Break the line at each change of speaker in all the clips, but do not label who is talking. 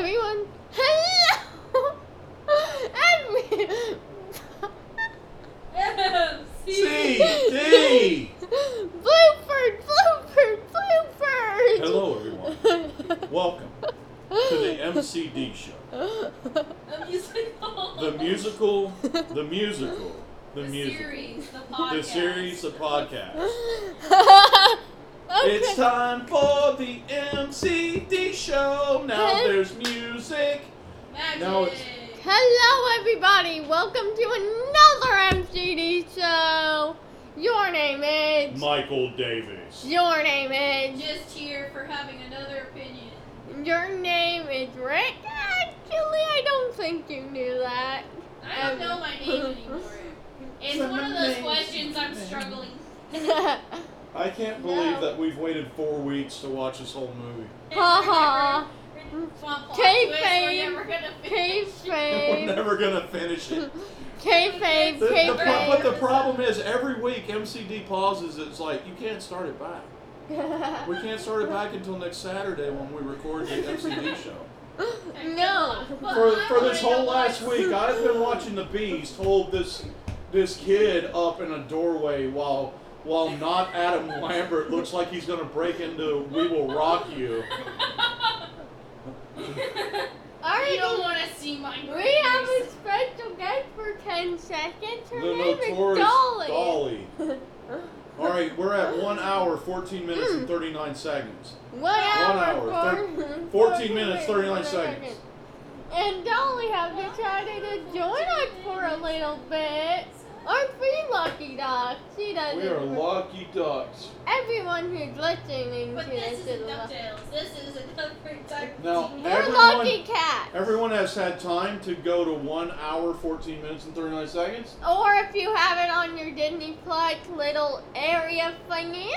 MCD show.
The musical.
The musical, the musical, the,
The
musical.
series. The podcast.
The series, the podcast.
okay.
It's time for the MCD show. Now
Okay.
there's music.
Magic.
No, it's-
Hello, everybody. Welcome to another MCD show. Your name is.
Michael Davis.
Your name is.
Just here for having another opinion.
Your name is Rick. Actually, I don't think you knew that.
I don't
Um,
know my name anymore. It's one of those questions I'm struggling.
I can't believe
No.
that we've waited four weeks to watch this whole movie.
Ha
Swamp
Kayfabe.
We're never gonna finish.
We're
Kayfabe.
never gonna finish it.
Kayfabe.
The- the pro- but
Kayfabe.
the problem is, every week MCD pauses. It's like you can't start it back. We can't start it back until next Saturday when we record the MCD show.
no.
But
For,
I
for this
wanna
whole
know
last
what's-
week, I've been watching the bees hold this this kid up in a doorway while while not Adam Lambert looks like he's gonna break into "We Will Rock You."
you don't
Alright,
want to see my
we have a special guest for 10 seconds.
The
Her name is
notorious
Dolly.
Dolly. All right, we're at one hour, fourteen minutes, and thirty-nine seconds.
One hour,
One hour,
four-
14 minutes, 39 seconds.
And Dolly have decided to join us for a little bit. Aren't we lucky, Doc? She doesn't.
We are lucky ducks.
Everyone who's listening
But
to
this
this
isn't
is lucky.
DuckTales. This is another DuckTales.
Now,
We're
Everyone-
lucky cats.
Everyone has had time to go to one hour, fourteen minutes, and thirty-nine seconds.
or if you have it on your Disney Plus little area thingy,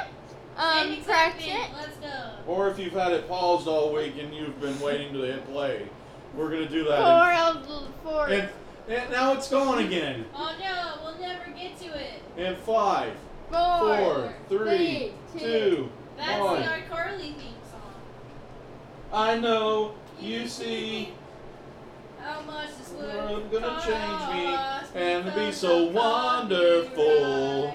um,
Same
press
exact
it.
thing. Let's go.
Or if you've had it paused all week and you've been waiting to hit play, we're gonna do
For
that.
a, for
And, and now it's gone again.
Oh no, we'll never get to it.
And five, four,
four,
three,
three,
two,
That's
one.
the iCarly theme song.
I know you see,
how much this would
I'm gonna change me
cost
and be
because
so
of
wonderful.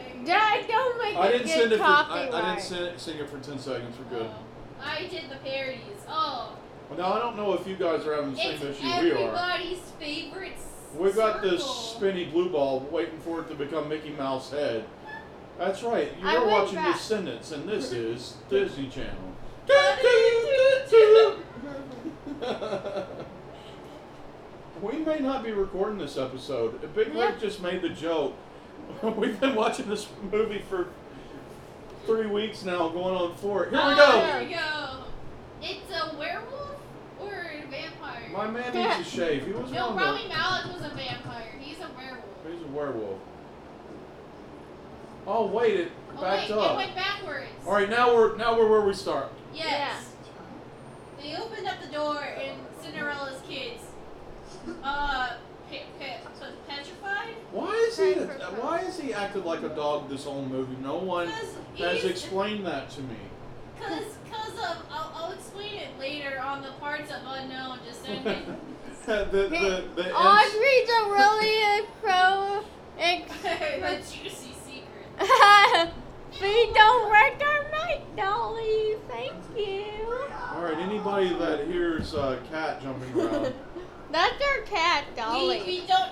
copyright.
Dad, don't make
I
it
didn't
get
send it. For, I,
copyright.
I didn't send it, sing it for ten seconds. We're good.
Oh, I did the parodies. Oh,
Well, now I don't know if you guys are having the same
it's
issue we are.
everybody's favorite.
We've got this
circle.
spinny blue ball waiting for it to become Mickey Mouse head. That's right. You
I
are
went
watching
back.
Descendants, and this is Disney Channel. we may not be recording this episode. Big Mike just made the joke. We've been watching this movie for three weeks now, going on four. Here we
Oh,
go.
here we go. It's a werewolf or a vampire.
My man needs a shave. He was
no,
on
Rami
the.
Malek was a vampire. He's a werewolf.
He's a werewolf. Oh wait, it
Oh
backed
wait, it
up.
went backwards.
All right, now we're now we're where we start.
Yes. They opened up the door and Cinderella's kids, uh, pe- pe- petrified.
Why is he?
Right, first time.
Why is he acted like a dog this whole movie? No one
Because
has explained that to me.
Cause, cause of, I'll, I'll explain it later on the parts of unknown. Just so you can-
the the the, the ins-
Audrey's a really a pro.
the
Ex-
juicy secret.
we don't wreck our night, Dolly. Thank you.
All right, anybody that hears uh, cat jumping around,
That's our cat, Dolly.
We, we don't.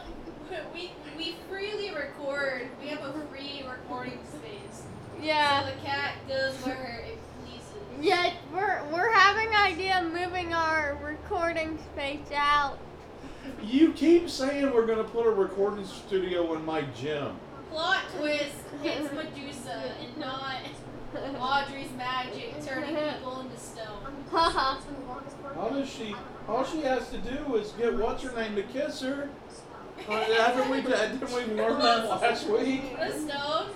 We, we freely record. We have a free recording space.
yeah.
So the cat goes where it pleases.
Yes, we're we're having idea of moving our recording space out.
you keep saying we're gonna put a recording studio in my gym.
Plot twist: It's Medusa and not Audrey's magic turning people into stone.
Haha.
How does she? All she has to do is get what's her name to kiss her. Uh, Haven't we? Didn't we learn that last week?
The stone.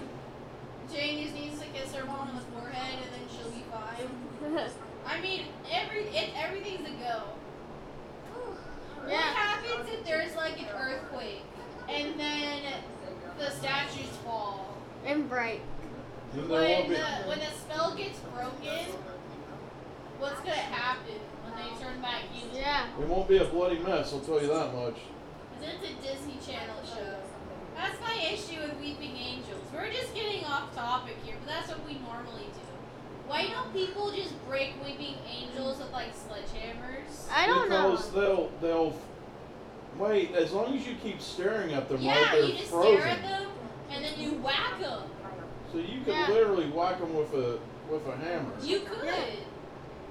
Jane just needs to kiss her mom on the forehead, and then she'll be fine. I mean, every it, everything's a go. What
yeah.
happens if there's like an earthquake and then the statues fall?
Embrace.
Then there won't
When
be.
the, when the spell gets broken, what's gonna happen when they turn back human?
Yeah.
It won't be a bloody mess. I'll tell you that much.
It's a Disney Channel show. That's my issue with Weeping Angels. We're just getting off topic here, but that's what we normally do. Why don't people just break Weeping Angels with like sledgehammers?
I don't know.
Because they'll they'll wait as long as you keep staring at them
yeah,
right they're
you just
frozen.
stare at them and then you whack them.
So you could
Yeah.
literally whack them with a with a hammer.
You could.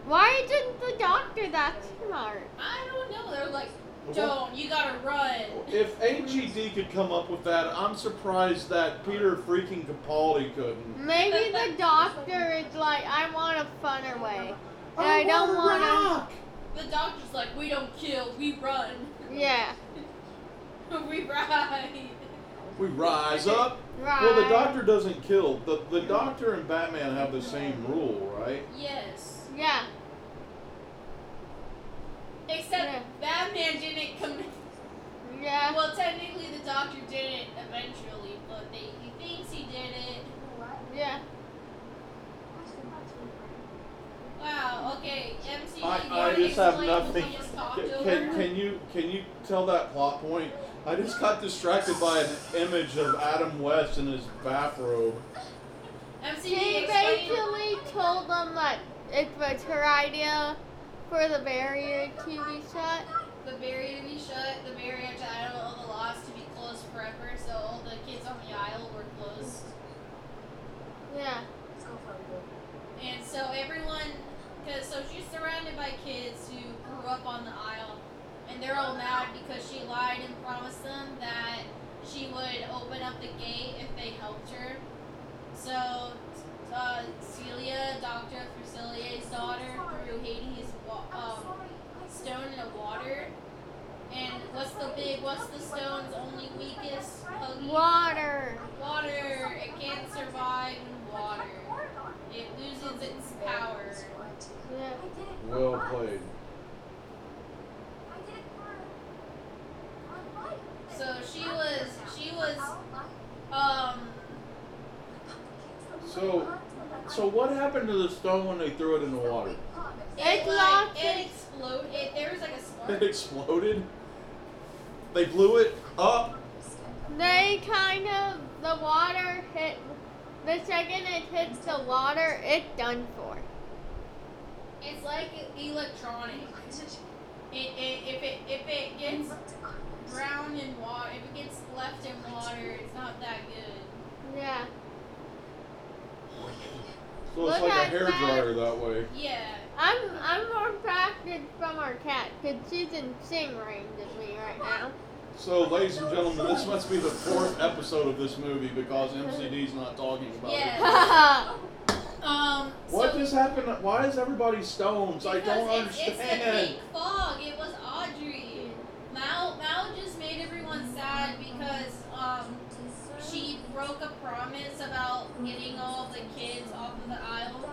Why didn't the doctor that smart?
I don't know. They're like,
Well,
don't. You gotta run.
If AGD could come up with that, I'm surprised that Peter freaking Capaldi couldn't.
Maybe the doctor is like, I want a funner way. And I, don't
want
want
a Oh, rock.
The doctor's like, we don't kill, we run,
to. Yeah.
we ride.
We rise up.
Right.
Well, the doctor doesn't kill. The the doctor and Batman have the same rule, right?
Yes.
Yeah.
Except
Yeah.
Batman didn't come.
Yeah.
Well, technically, the doctor did it eventually, but they, he thinks he did it.
Yeah.
Wow. Okay. MC.
I-
you
I
wanna
just have
explain
nothing.
what we just talked
Can,
over?
can, can you can you tell that plot point? I just got distracted by an image of Adam West in his bathrobe.
MC. can you
She
E, explain-
basically told them that it was her idea for the barrier to be shut.
the barrier to be shut, the barrier to Idle of the Lost to be closed forever, so all the kids on the isle were closed.
Yeah.
And so everyone, because so she's surrounded by kids who grew up on the isle, and they're all mad because she lied and promised them that she would open up the gate if they helped her. So uh, Celia, Doctor Facilier's daughter, threw Hades wa- um, stone in the water. And what's the big? What's the stone's only weakest? Huggy?
Water.
Water. It can't survive in water. It loses its power.
Yeah.
Well played.
So she was. She was. Um.
So so what happened to the stone when they threw it in the water?
It
It
lost
like it
its-
exploded. It, there was like a
It
spark.
exploded. They blew it up.
They kind of the water hit. The second it hits the water, it's done for.
It's like electronic. It, it if it if it gets drowned in water, if it gets left in water, it's not that good.
Yeah.
So it's
Look
like a
at
hair
that.
dryer that way.
Yeah.
I'm I'm more distracted from our cat because she's in sing range of me right now.
So, ladies and gentlemen, this must be the fourth episode of this movie because MCD's not talking about
Yeah.
it.
Um.
What
so
just happened? Why is everybody stoned? I don't
Because it's, It's the
understand.
pink fog. It was Audrey. Mal Mal just made everyone sad because um she broke a promise about getting all the kids off of the island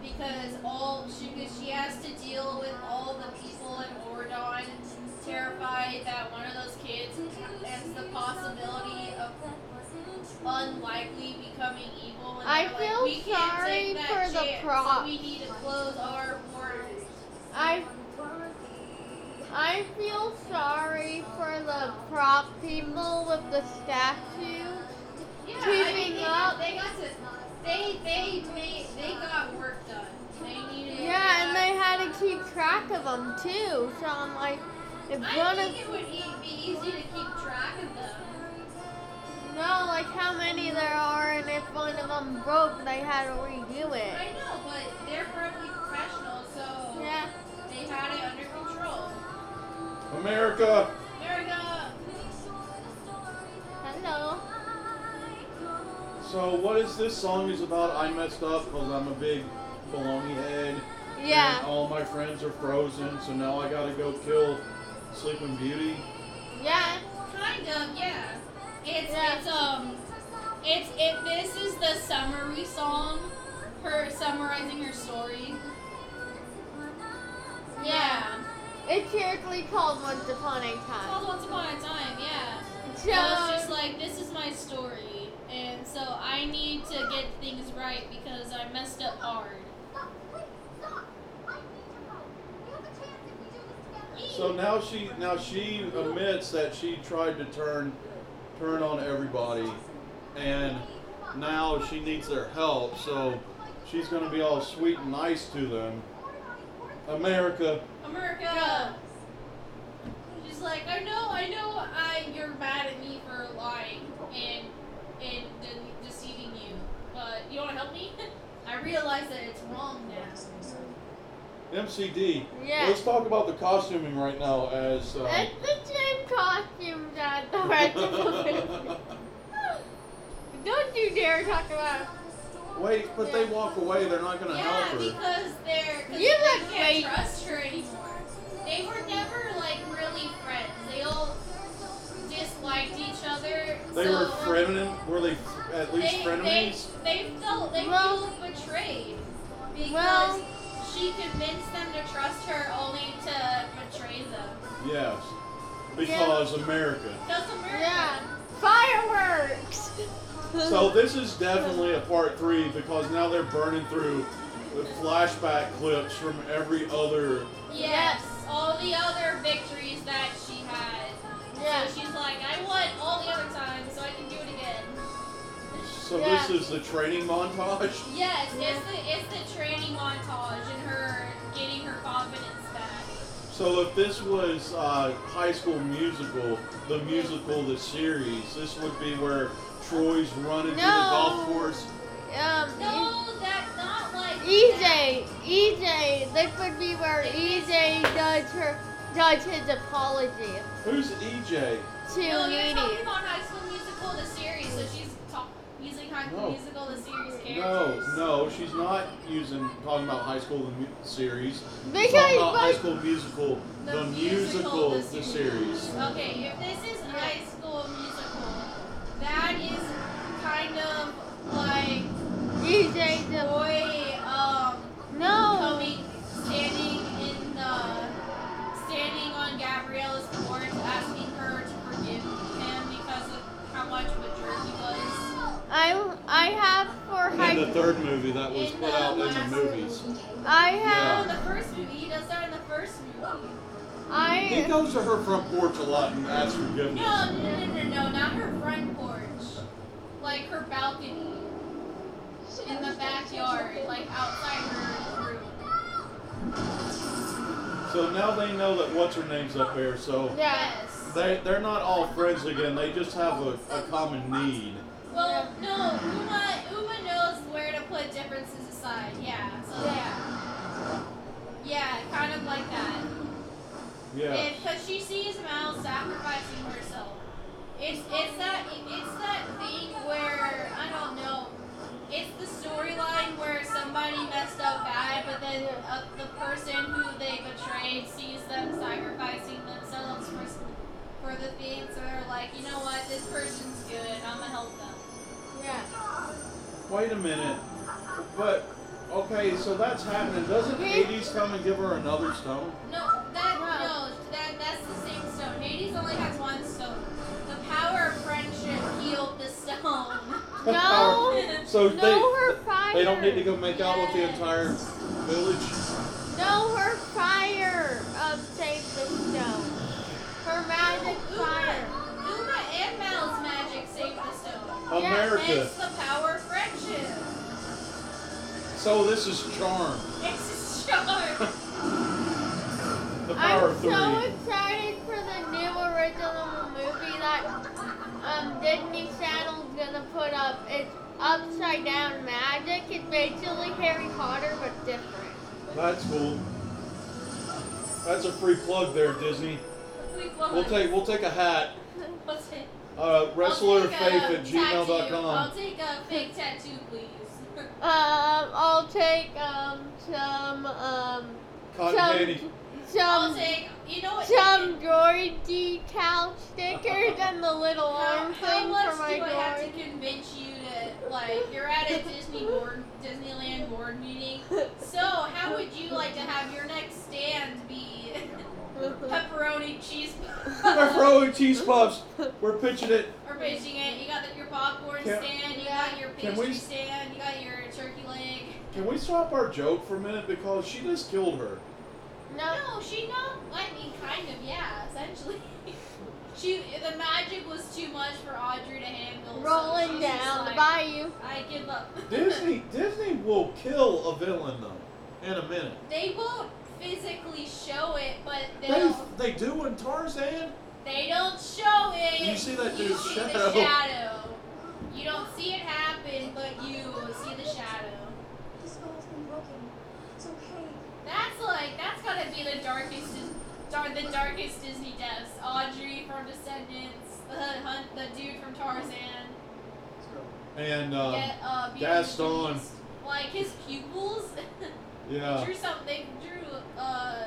because all she because she has to deal with all the people in Ordon terrified that one of those kids has the possibility of unlikely becoming evil. And
I
they're
feel
like, we can't
sorry
take that
for the
chance, so
props.
we need to close our borders.
I I feel sorry for the prop people with the statue.
Yeah, I mean,
Keeping
they,
up.
they got to. They they made they got work done. They needed.
Yeah, and they had to keep track of them too. So I'm like, if
I
one of
think it would e- be easy to keep track of them.
no, like how many there are, and if one of them broke, they had to redo
I
it.
know, but they're probably professional, so
Yeah.
they had it under control.
America,
America.
Hello.
so what is this song is about? I messed up because I'm a big baloney head. And
Yeah.
all my friends are frozen, so now I gotta go kill Sleeping Beauty.
Yeah.
Kind of, yeah. It's
Yeah.
it's um it's it this is the summary song, her summarizing her story. Yeah.
It's seriously called Once Upon a
It's
Time.
called Once Upon a Time, yeah. So it's just
So
like this is my story and so I need to get things right because I messed up hard.
So now she now she admits that she tried to turn turn on everybody, and now she needs their help. So she's gonna be all sweet and nice to them. America,
America
MCD.
Yeah.
Let's talk about the costuming right now. As um,
It's the same costume that the rest of the movie. Don't you dare talk about
wait, but they walk away. They're not gonna
Yeah,
help her.
because they're because
You
they
look
can't
great.
trust her anymore. They were never like really friends. They all disliked each other.
They
so
were frenemies. Were they f- at least
they,
frenemies?
They, they felt they
Well-
feel betrayed because
Well-
she convinced them to trust her only to betray them.
Yes. Because America.
That's America.
yeah fireworks.
So this is definitely a part three because now they're burning through the flashback clips from every other.
Yes, all the other victories that she had.
Yeah.
So she's like, I won all the other times, so I can do it again.
So
Yeah.
this is the training montage.
Yes, it's the it's the training montage and her getting her confidence back.
So if this was uh, High School Musical, the musical, the series, this would be where Troy's running through the golf
No.
course.
Um,
No, that's not like
E EJ, EJ, this would be where EJ does her does his apology
Who's E EJ?
to
No, you're talking
Moody.
about High School Musical the series, so she's talk, using High School
No.
Musical the series
No,
characters.
no, she's not using talking about High School the mu- series. She's talking
Because
about High
but,
School Musical, the,
musical,
musical, the
the
series.
Okay, if this is High School Musical, that is kind of like
EJ the
boy um
no.
coming standing in the standing on Gabriella's porch asking her to forgive him because of how much of a jerk he was.
I I have for
In the
high.
third movie that was
In
put
the
out in
last
the movies.
I
Oh, in
have
the first movie, he does that in the first movie.
I
He goes to her front porch a lot and asks
No,
forgiveness.
no, no, no, no, not her front porch. Like her balcony. In the backyard, like outside her room.
So now they know that what's her name's up there. So
yeah.
Yes.
they they're not all friends again. They just have a, a common need.
Well, no, Uma, Uma knows where to put differences aside. Yeah, so yeah. Yeah, kind of like that.
Yeah.
Because she sees Mal sacrificing herself. It's it's that it's that thing where I don't know. It's the storyline where somebody messed up bad, but then uh, the person who they betrayed sees them sacrificing themselves for s- for the thing, so they're like, you know what, this person's good. I'm gonna help them.
Yeah.
Wait a minute. But okay, so that's happening. Doesn't
He-
Hades come and give her another stone?
No, that
Wow.
no, that that's the same stone. Hades only has one stone. The power of friendship healed the stone.
No.
so
No, her fire.
they they don't need to go make out with the
Yes.
entire village.
No, her fire of save the stone. Her magic fire.
Uma and Mal's magic saved the stone.
America.
It's the power of friendship.
So this is charm.
It's a charm.
The power
I'm
of three.
so excited for the new original movie that um, Disney Channel's gonna put up. It's upside down magic. It's basically Harry Potter but different.
That's cool. That's a free plug there, Disney.
We
We'll take we'll take a hat.
We'll take-
Uh,
I'll
wrestlerfaith
take a
at
tattoo. I'll
gmail.com.
take a fake tattoo, please.
Um, I'll take um some um
Cotton
some
candy.
I'll
some
take. You know what?
some droid decal stickers and the little
How,
arm
how
thing
much
for
do I
my
have to
droid.
convince you to like? You're at a Disney board, Disneyland board meeting. So how would you like to have your next stand be pepperoni cheese?
Our throwing cheese puffs. We're pitching it.
Or basing it. You got the, your popcorn
Can-
stand. You
Yeah.
got your
Can
pastry
we-
stand. You got your turkey leg.
Can we stop our joke for a minute because she just killed her.
no,
No, she not. I mean, kind of. Yeah, essentially. she the magic was too much for Audrey to handle. so
rolling
she's just
down the
like,
bayou.
I give up.
Disney Disney will kill a villain though in a minute.
they won't physically show it, but
They
they'll.
they do in Tarzan.
They don't show it.
You see that
You
dude's
see
shadow.
The shadow. You don't see it happen, but you see the shadow.
This ball's been broken. It's okay.
That's like that's gotta be the darkest, Dis- dar- the darkest Disney deaths. Audrey from Descendants, the hunt, the dude from Tarzan,
And uh,
get, uh, Beauty and the
Gaston. Uh.
Beast. Like his pupils,
yeah,
drew something, drew uh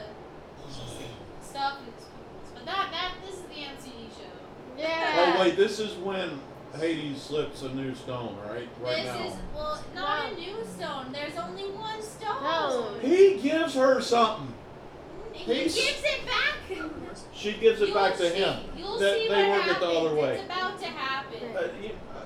stuff in his pupils. But that that this is the MCD show.
Yeah.
Oh wait, this is when Hades slips a new stone, right? Right
this is well, not a new stone. There's only one stone.
No.
now. He gives her something.
He
He's-
gives it back.
She gives it
You'll
back to
see.
him.
You'll
That-
see
they
what
work it the
happens.
other way.
It's about to happen.
Uh, you- uh,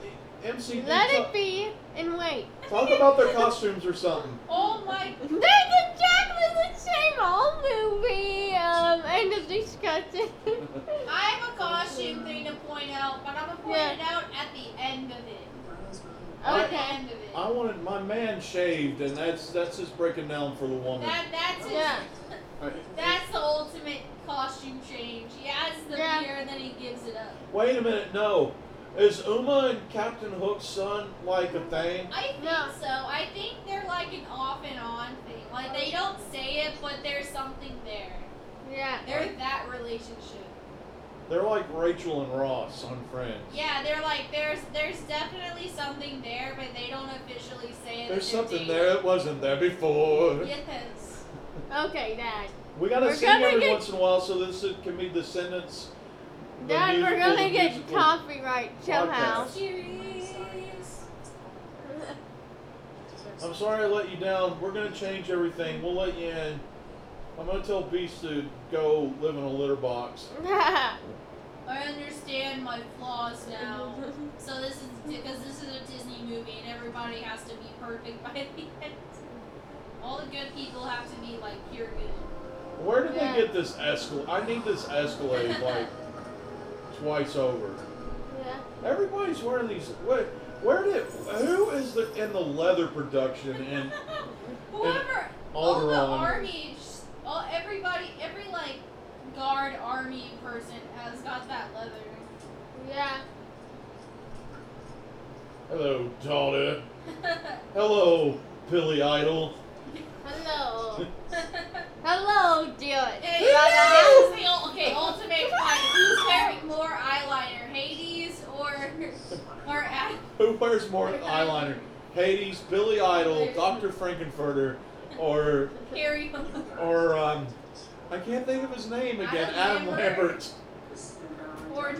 MC,
Let
talk,
it be and wait.
talk about their costumes or something.
Oh my!
Naked Jack was the same old movie. Um, end of discussion.
I have a costume thing to point out, but I'm gonna point
Yeah.
it out at the end of it. At the
okay.
end of it.
I wanted my man shaved, and that's that's just breaking down for the woman. Uh,
That that's his,
Yeah.
that's the ultimate costume change. He has the
Yeah.
beer and then he gives it up.
Wait a minute, no. Is Uma and Captain Hook's son like a thing?
I think
Yeah.
so. I think they're like an off and on thing. Like they don't say it, but there's something there.
Yeah.
They're that relationship.
They're like Rachel and Ross on Friends.
Yeah, they're like there's there's definitely something there, but they don't officially say it.
There's
that they're
something
dating.
there that wasn't there before.
Yes.
Okay, Dad.
We gotta
We're
sing
gonna
every
get-
once in a while so this can be descendants. The
Dad, we're
musical-
gonna
the
get
musical.
copyright somehow.
Serious.
I'm sorry I let you down. We're gonna change everything. We'll let you in. I'm gonna tell Beast to go live in a litter box.
I understand my flaws now. So this is because this is a Disney movie and everybody has to be perfect by the end. All the good people have to be like pure good.
Where did
Yeah.
they get this Escalade? I need this Escalade like twice over.
yeah.
Everybody's wearing these. What? Where did? Who is the in the leather production and
Whoever, all Oh, the
Alderaan?
army, sh- all everybody, every like guard army person has got that leather.
Yeah.
Hello, daughter. Hello, Billy Idol.
Hello. Hello, Jared.
Hey, this is the ul- okay, ultimate fight. Who's wearing more eyeliner, Hades or or Adam?
Who wears more eyeliner? Hades, Billy Idol, Dr. Frankenfurter, or
Harry?
or um, I can't think of his name again.
Adam
Adam
Lambert.
Lambert.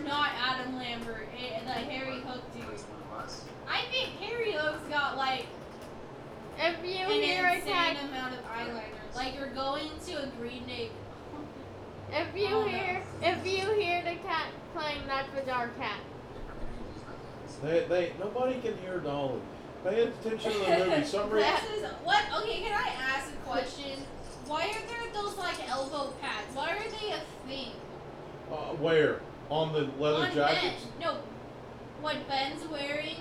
or not Adam Lambert, eh, the Harry Hook dude. I think Harry Hook's got like
If you
an
hear a
insane
cat,
amount of eyeliner. Like you're going to a Green Day.
if
Oh,
you hear, if you hear the cat playing, that's with our cat.
They, they nobody can hear Dolly. Pay attention to the movie. Some re-
This is what? Okay, can I ask a question? Why are there those like elbow pads? Why are they a thing?
uh, where on the leather
on
jackets?
Ben, no, what Ben's wearing,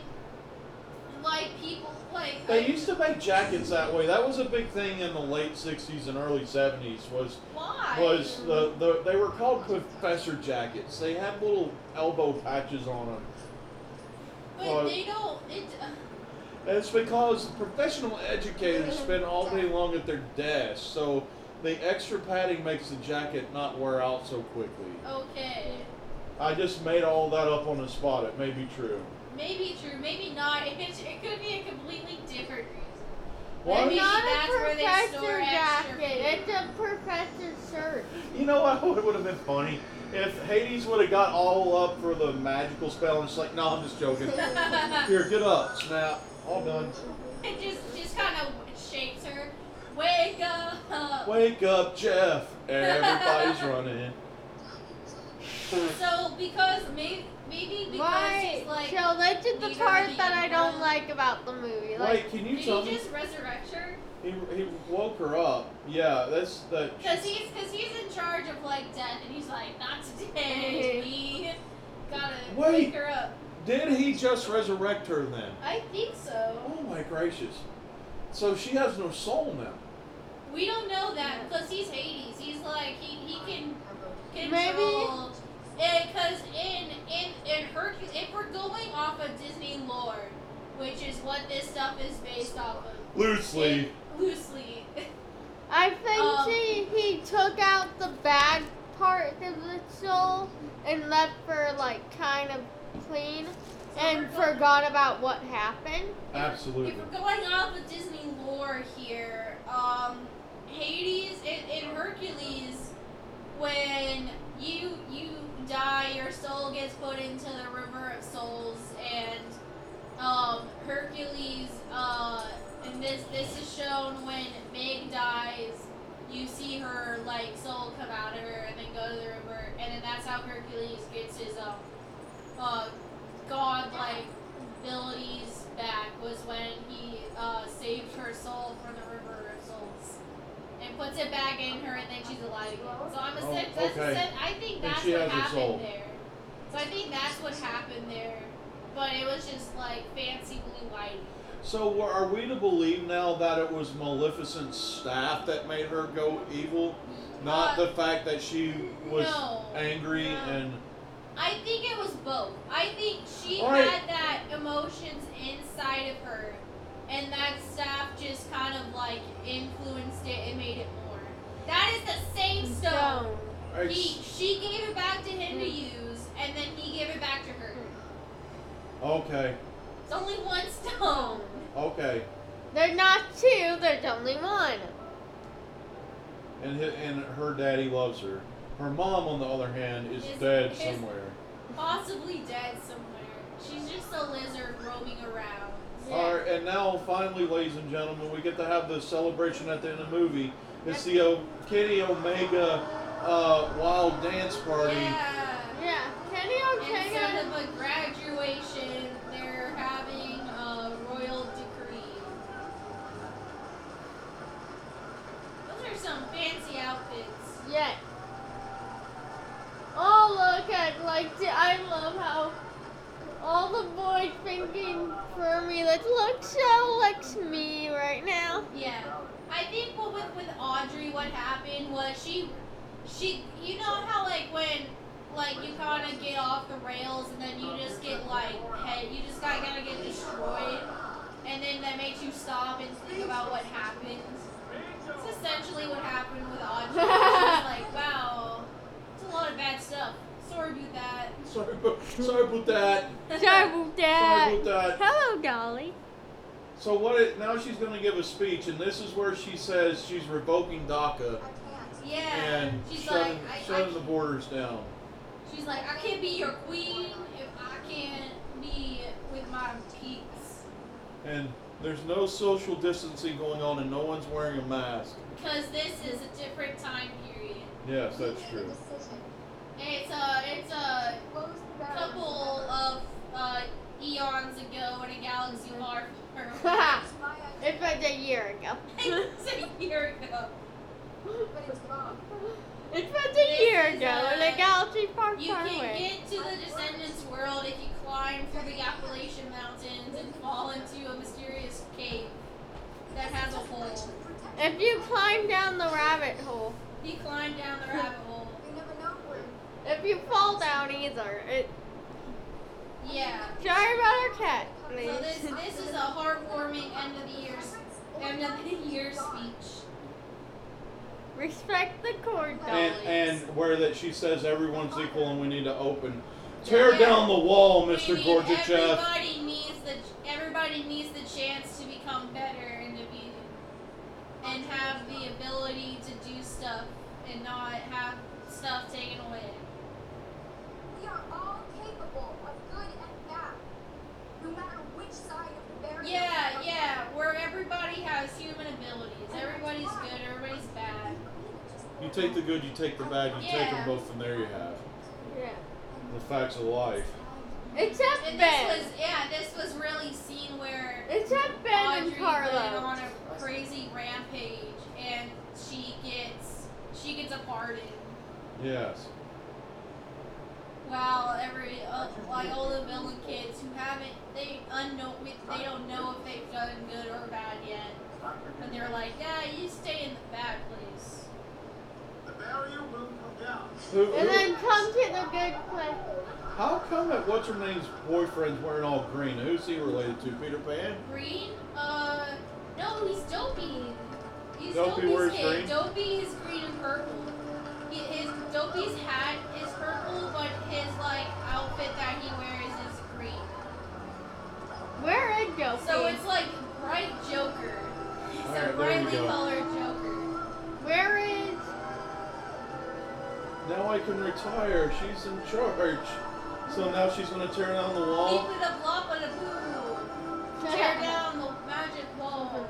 like people like.
They used to make jackets that way. That was a big thing in the late '60s and early '70s. Was
why?
was uh, the, the they were called professor jackets. They had little elbow patches on them.
but
well-
they don't. It,
It's because professional educators spend all day long at their desk, so the extra padding makes the jacket not wear out so quickly.
okay,
I just made all that up on the spot. It may be true.
maybe true, maybe not. It could, it could be a completely different reason.
What?
Maybe
It's not
Oh, that's
a
where they store
professor
extra
jacket.
food.
It's a professor shirt.
You know what would have been funny? If Hades would have got all up for the magical spell and it's like, no, I'm just joking. Here, get up. Snap. All done.
it just just kind of shakes her. Wake up.
Wake up, Jeff. Everybody's running.
So because maybe maybe because
Why?
he's like.
so this is the
you know,
part
the
that I don't
umbrella.
like about the movie. Like,
Wait, can you
Did
tell
he
me?
just resurrect her?
He, he woke her up. Yeah, that's the.
Cause he's, cause he's in charge of like death, and he's like, not today. We gotta
Wait.
wake her up.
Did he just resurrect her then?
I think so.
Oh my gracious. So she has no soul now.
We don't know that because he's Hades. He's like he, he can
Maybe.
control. Maybe. Because in in in Hercules, if we're going off of Disney lore, which is what this stuff is based off of,
Loosely.
it- loosely,
I think
Um,
she, he took out the bad part of the soul and left her like kind of clean and forgot about what happened.
Absolutely.
If we're going off of Disney lore here, um, Hades and, and Hercules, when you you die, your soul gets put into the river of souls, and um, Hercules, uh, and this this is shown when Meg dies. You see her like soul come out of her and then go to the river, and then that's how Hercules gets his um, uh, god-like abilities back was when he uh, saved her soul from the river of souls and puts it back in her, and then she's alive again. So I'm a
Oh,
sen- that's
okay.
a sen- I think
Then
that's
she
what
has her
happened
soul.
there. So I think that's what happened there, but it was just like fancy blue white.
So were- are we to believe now that it was Maleficent's staff that made her go evil, not
Uh,
the fact that she was
no.
angry
No.
and
I think it was both. I think she
All right.
had that emotions inside of her, and that staff just kind of like influenced it and made it more. That is the same stone.
Stone.
He she gave it back to him to use, and then he gave it back to her.
okay,
It's only one stone.
okay,
There's not two, there's only one.
and hi- and her daddy loves her. Her mom, on the other hand, is
Is-
dead
is-
somewhere.
Possibly dead somewhere. She's just a lizard roaming around.
All right, and now finally, ladies and gentlemen, we get to have the celebration at the end of the movie. It's the o- Kitty Omega uh, wild dance party.
Yeah.
Yeah, Kenny
And instead
Ortega.
of a graduation, they're having a royal decree. Those are some fancy outfits.
Yeah. Oh look at like the- I love how all the boys thinking for me like look so like me right now.
Yeah. I think what with with Audrey, what happened was she, she, you know how like when, like you kind of get off the rails and then you just get like, head, you just got gotta get destroyed, and then that makes you stop and think about what happened. It's essentially what happened with Audrey. She was like, wow, it's a lot of bad stuff. Sorry about that.
Sorry, about, sorry about that.
Sorry,
Sorry
Dad.
about that.
Hello, Dolly.
So what? It, now she's going to give a speech, and this is where she says she's revoking DACA
yeah.
and
She's like,
shutting,
I, I
shutting the borders down.
She's like, I can't be your queen if I can't be with my peeps.
And there's no social distancing going on, and no one's wearing a mask.
Because this is a different time period.
Yes, that's true.
It's a, it's a
uh,
couple of uh, eons ago in a galaxy far, far
it was a year ago.
away. It's a year ago.
It was
This
a year
is,
ago in
uh,
a galaxy far,
You
far
can
away.
get to the Descendants world if you climb through the Appalachian Mountains and fall into a mysterious cave that has a hole.
If you climb down the rabbit hole,
He climbed down the rabbit hole.
if you fall down either, it,
Yeah.
sorry about our cat.
So this this is a heartwarming end of the year s- end of the year speech.
Respect the cord,
And
Dolly.
and where that she says everyone's equal, and we need to open. Tear
Yeah.
down the wall,
We
Mr.
need-
Gorgachev.
Everybody needs the everybody needs the chance to become better and to be and have the ability to do stuff and not have stuff taken away. Yeah, yeah, where everybody has human abilities. Everybody's good, everybody's bad.
You take the good, you take the bad, you take
Yeah.
them both, and there you have
yeah.
the facts of life.
Except
And
Ben.
this was yeah, this was really seen where
Except Ben
Audrey
and
went
Carlo.
on a crazy rampage, and she gets she gets a pardon.
Yes.
While every uh, like all the villain kids who haven't they unknown they don't know if they've done good or bad yet, but they're like, yeah, you stay in the bad place.
The barrier will come down.
Who, who-
And then come to the good place.
how come that what's her name's boyfriend's wearing all green? Who's he related to? Peter Pan?
Green, uh, no, he's dopey. You he's
Dopey
Dopey's
wears
kid.
green?
Dopey is green and purple. He, his Dopey's hat is purple, but his like outfit that he wears is green.
Where is Dopey?
So it's like bright Joker. It's a
Alright, there you
brightly
go.
colored Joker.
Where is
Now I can retire. She's in charge. So now she's gonna tear down the wall.
Keep it a blah but a boo. Tear down the magic wall.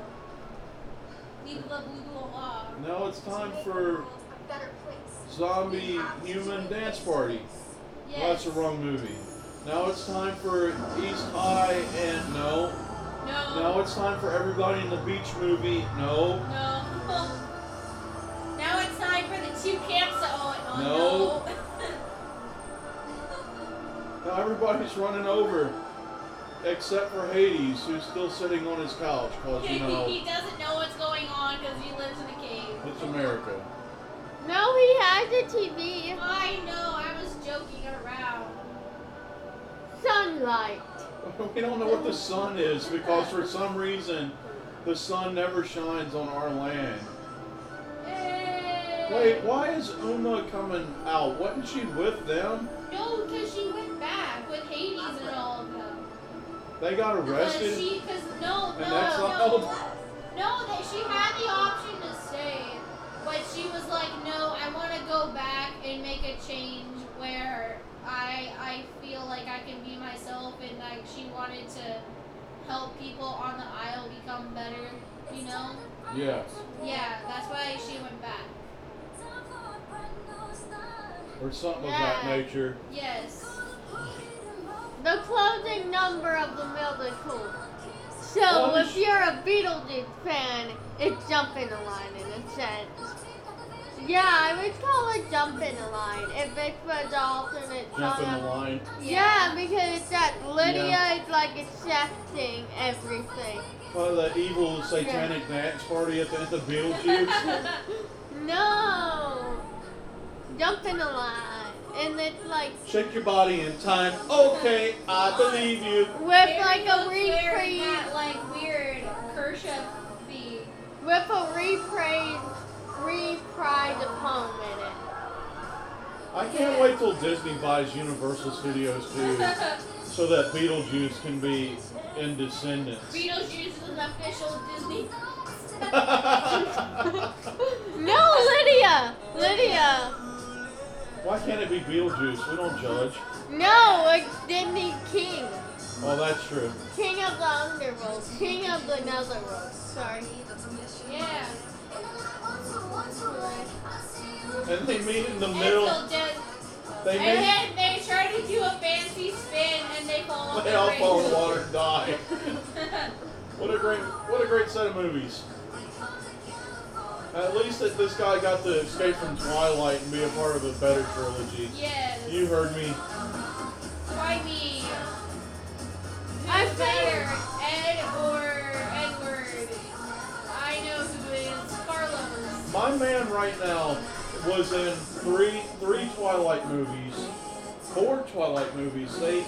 Leave the blue blue law.
Now it's time for zombie human dance party.
Yes.
Well, that's the wrong movie. Now it's time for East High and no.
No.
Now it's time for Everybody in the Beach movie. No.
No. now it's time for the two camps to own.
No.
Oh,
Now everybody's running over, except for Hades, who's still sitting on his couch
no.
because
he,
you know
he doesn't know what's going on because he lives in a cave.
it's America.
No, he has a TV.
I know. I was joking around.
Sunlight.
we don't know what the sun is because for some reason the sun never shines on our land.
Hey.
Wait, why is Uma coming out? Wasn't she with them?
No, because she went back with Hades and all of them.
They got
Because
arrested.
she, because no,
And
no,
that's
no,
not-
no, that she had the option to stay, but she was like, no, I want to go back and make a change where I, I feel like I can be myself, and like she wanted to help people on the aisle become better, you know?
Yes.
Yeah, that's why she went back.
Or something of that
Yeah.
nature.
Yes.
The closing number of the middle school. So
Oh,
if
sh-
you're a Beetlejuice fan, it's jumping a line in a sense. Yeah, I would call it jumping a line if it was an alternate
Jump in the
song.
line.
Yeah, because it's that Lydia
Yeah.
is like accepting everything.
Oh, the evil satanic dance party at the end of Beetlejuice.
No, jumping a line, and it's like
Shake your body in time. Okay, I believe you.
with
Mary
like a
Goat's wearing
reprise.
that, like weird Kershaw thing.
with a reprise, reprise of home in it.
I can't wait till Disney buys Universal Studios too, so that Beetlejuice can be in Descendants.
Beetlejuice is an official Disney.
Why
No, Lydia, Lydia.
can't it be Beetlejuice? We don't judge.
No, it's Disney King,
Oh, that's true.
King of the Underworld, King of the Netherworld. Sorry.
Yeah.
And they meet in the
And
middle.
so dead.
They
And then
meet.
they try to do a fancy spin and they fall off
They
the
all
bridge.
fall in the water and die. What a great, what a great set of movies. At least that this guy got to escape from Twilight and be a part of a better trilogy.
yes.
You heard me.
Why me?
I
Who's better, Ed or Edward? I know who it is. Car lovers.
My man right now was in three three Twilight movies, four Twilight movies, eight,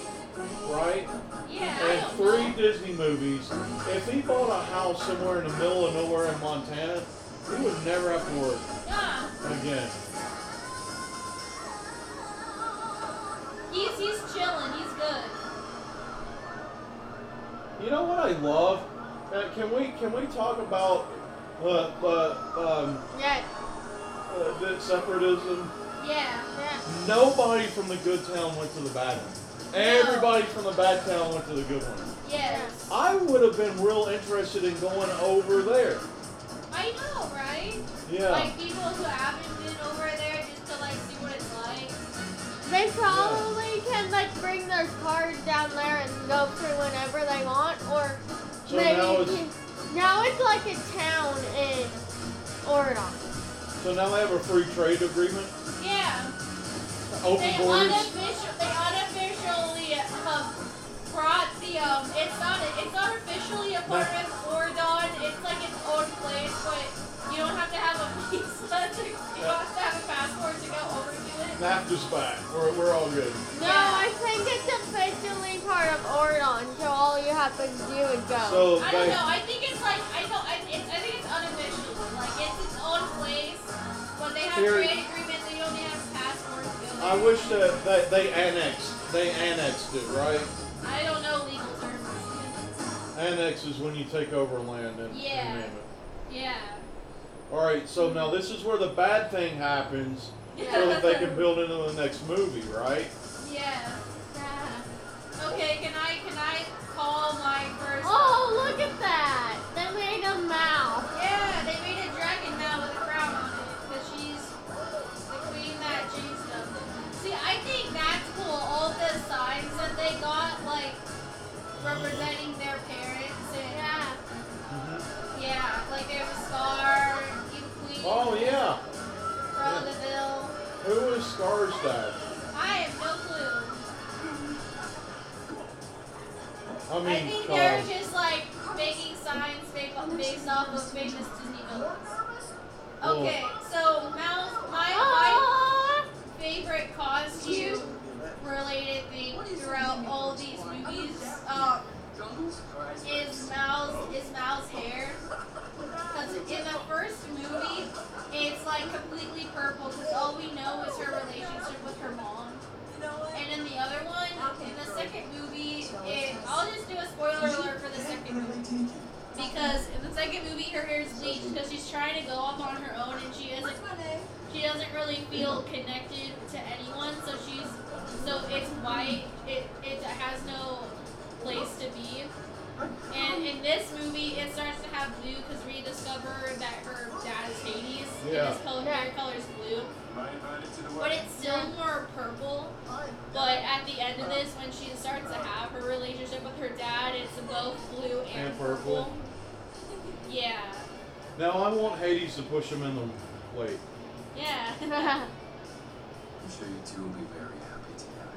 right?
Yeah. I
And
don't
three
know.
Disney movies. If he bought a house somewhere in the middle of nowhere in Montana, he would never have to work
Yeah.
again.
He's he's chilling. He's good.
You know what I love? Uh, can we can we talk about uh, uh, um,
Yes.
uh, the separatism?
Yeah.
yes.
Nobody from the good town went to the bad one. Everybody from the bad town went to the good one.
Yes.
I would have been real interested in going over there.
I know, right?
Yeah.
Like people who haven't been over there just to like see what it's like.
They probably can like bring their cars down there and go through whenever they want, or
so
maybe
now it's
you- now it's like a town in Oregon.
so now they have a free trade agreement.
Yeah.
Open
They
borders.
unofficial. They unofficially um, brought the um. It's not. It's not officially a part of Oregon. It's like its own place, but you don't have to have a visa. To, you don't have to have a passport to go over to it.
NAFTA's back. We're, we're all good.
No, I think it's officially part of Oregon, so all you have to do is go.
So
Oh, I don't
they,
know. I think it's like I don't. I, it's, I think it's unofficial. Like it have
Siri-
trade agreements, so you only have passwords. to go
I
in.
wish that they, they annexed. They annexed it, right?
I don't know legal terms.
Annex is when you take over land and, and
Yeah.
name it.
Yeah.
All right, so now this is where the bad thing happens, so that they can build into the next movie, right?
Yeah. Okay, can I can I call my first?
Oh, look at that! They made a mouth.
Yeah, they made a dragon now with a crown on it because she's the queen that changed them. See, I think that's cool. All the signs that they got, like representing their parents, and
Yeah.
yeah, like they have a scar, you queen,
Oh yeah,
Cruella de Vil.
who is Scar's dad?
I have no clue.
I
I,
mean,
think they're
Carl.
just like making signs based off, based off of famous Disney villains.
Oh.
Okay, so Mal's my my
Oh,
favorite costume related thing throughout all these movies um, is Mal's is Mal's hair. Because in the first movie, it's like completely purple because all we know is her relationship with her mom. And in the other one, in the second movie, it, I'll just do a spoiler alert for the second movie. Because in the second movie, her hair is bleached because she's trying to go off on her own and she doesn't she doesn't really feel connected to anyone. So she's so it's white. It it has no place to be. And in this movie, it starts to have blue because we discover that her dad is Hades and
Yeah.
his color, hair color is blue. But
But
it's still more purple. But at the end of this, when she starts to have her relationship with her dad, it's both blue and,
And purple.
Yeah.
Now I want Hades to push him in the lake.
Yeah.
I'm sure you two will be very happy together.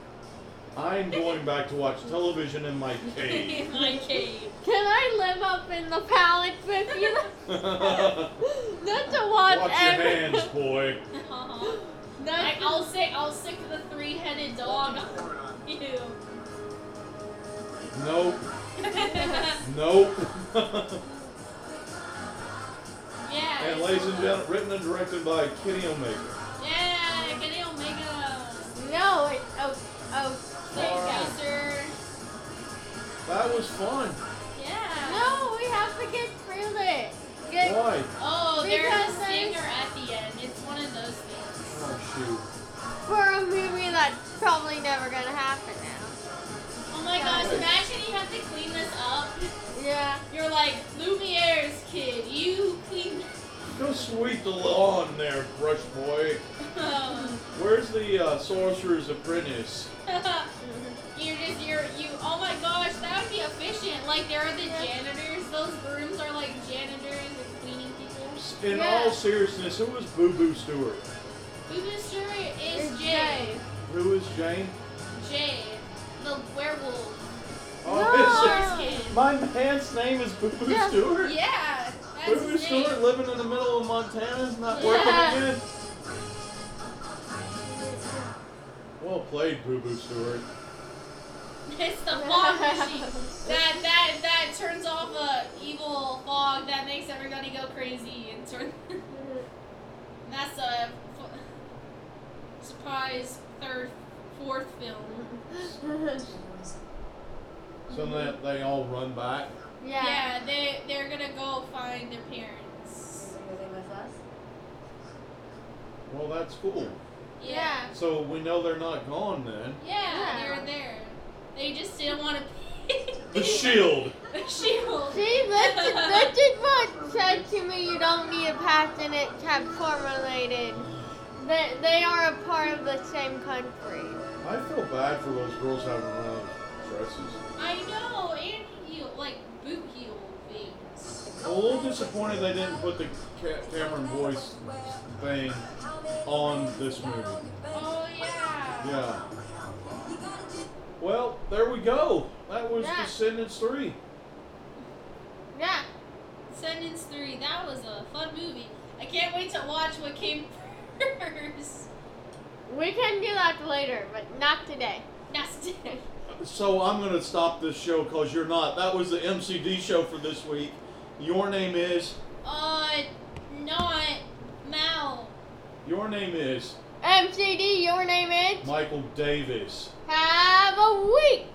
I'm going back to watch television in my cave.
My cave.
Can I live up in the palace with you?
watch
Not to watch,
your
every.
hands, boy.
Aw.
Not
I,
to-
I'll say I'll stick the three-headed dog on you.
Nope, nope.
yeah.
and ladies and gentlemen, written and directed by Kenny Omega.
Yeah, Kenny Omega.
No, it, oh, oh.
Snake
That was fun.
Yeah.
No, we have to get through it. Get,
Why?
Oh, there's a
Because there's-
stinger at the end. It's one of those things.
Oh
for a movie that's probably never gonna happen now.
Oh my gosh, imagine you have to clean this up.
Yeah.
You're like, Lumiere's kid, you clean
shoot! Go sweep the lawn there, brush boy.
Oh.
Where's the uh, sorcerer's apprentice?
You're just, you're, you, oh my gosh, that would be efficient. Like, there are the janitors. Those brooms are like janitors and cleaning people.
In
Yeah.
all seriousness, who was Boo Boo Stewart?
Boo Stewart is
It's
Jay.
Who is Jane?
Jay, the werewolf.
Oh,
No.
First kid.
it's, my man's name is Boo Boo
Yeah.
Stewart.
Yeah,
Boo
that's
Boo
his name.
Stewart living in the middle of Montana is not
Yeah.
working again. Well played, Boo Boo Stewart.
It's the fog machine. That that that turns off a evil fog that makes everybody go crazy and turn. That's a f- surprise third, fourth film.
So that they all run back.
yeah.
Yeah, they they're gonna go find their parents.
Well, that's cool.
Yeah,
So we know they're not gone then.
yeah,
Yeah.
they're there. They just didn't want to.
The shield.
The shield.
See, this, this is what said to me you don't need a passionate kept formulated. They, they are a part of the same country.
I feel bad for those girls having to run out of dresses.
I know, and heel, like boot heel things.
I'm a little disappointed they didn't put the Ca- Cameron Boyce thing on this movie.
Oh yeah.
Yeah. Well, there we go. That was
Yeah.
Descendants 3.
Yeah.
Sentence Three. That was a fun movie. I can't wait to watch what came first.
We can do that later, but not today.
Nasty.
So I'm going to stop this show because you're not. That was the MCD show for this week. Your name is.
Uh, not Mal.
Your name is
MCD, your name is.
Michael Davis.
Have a week.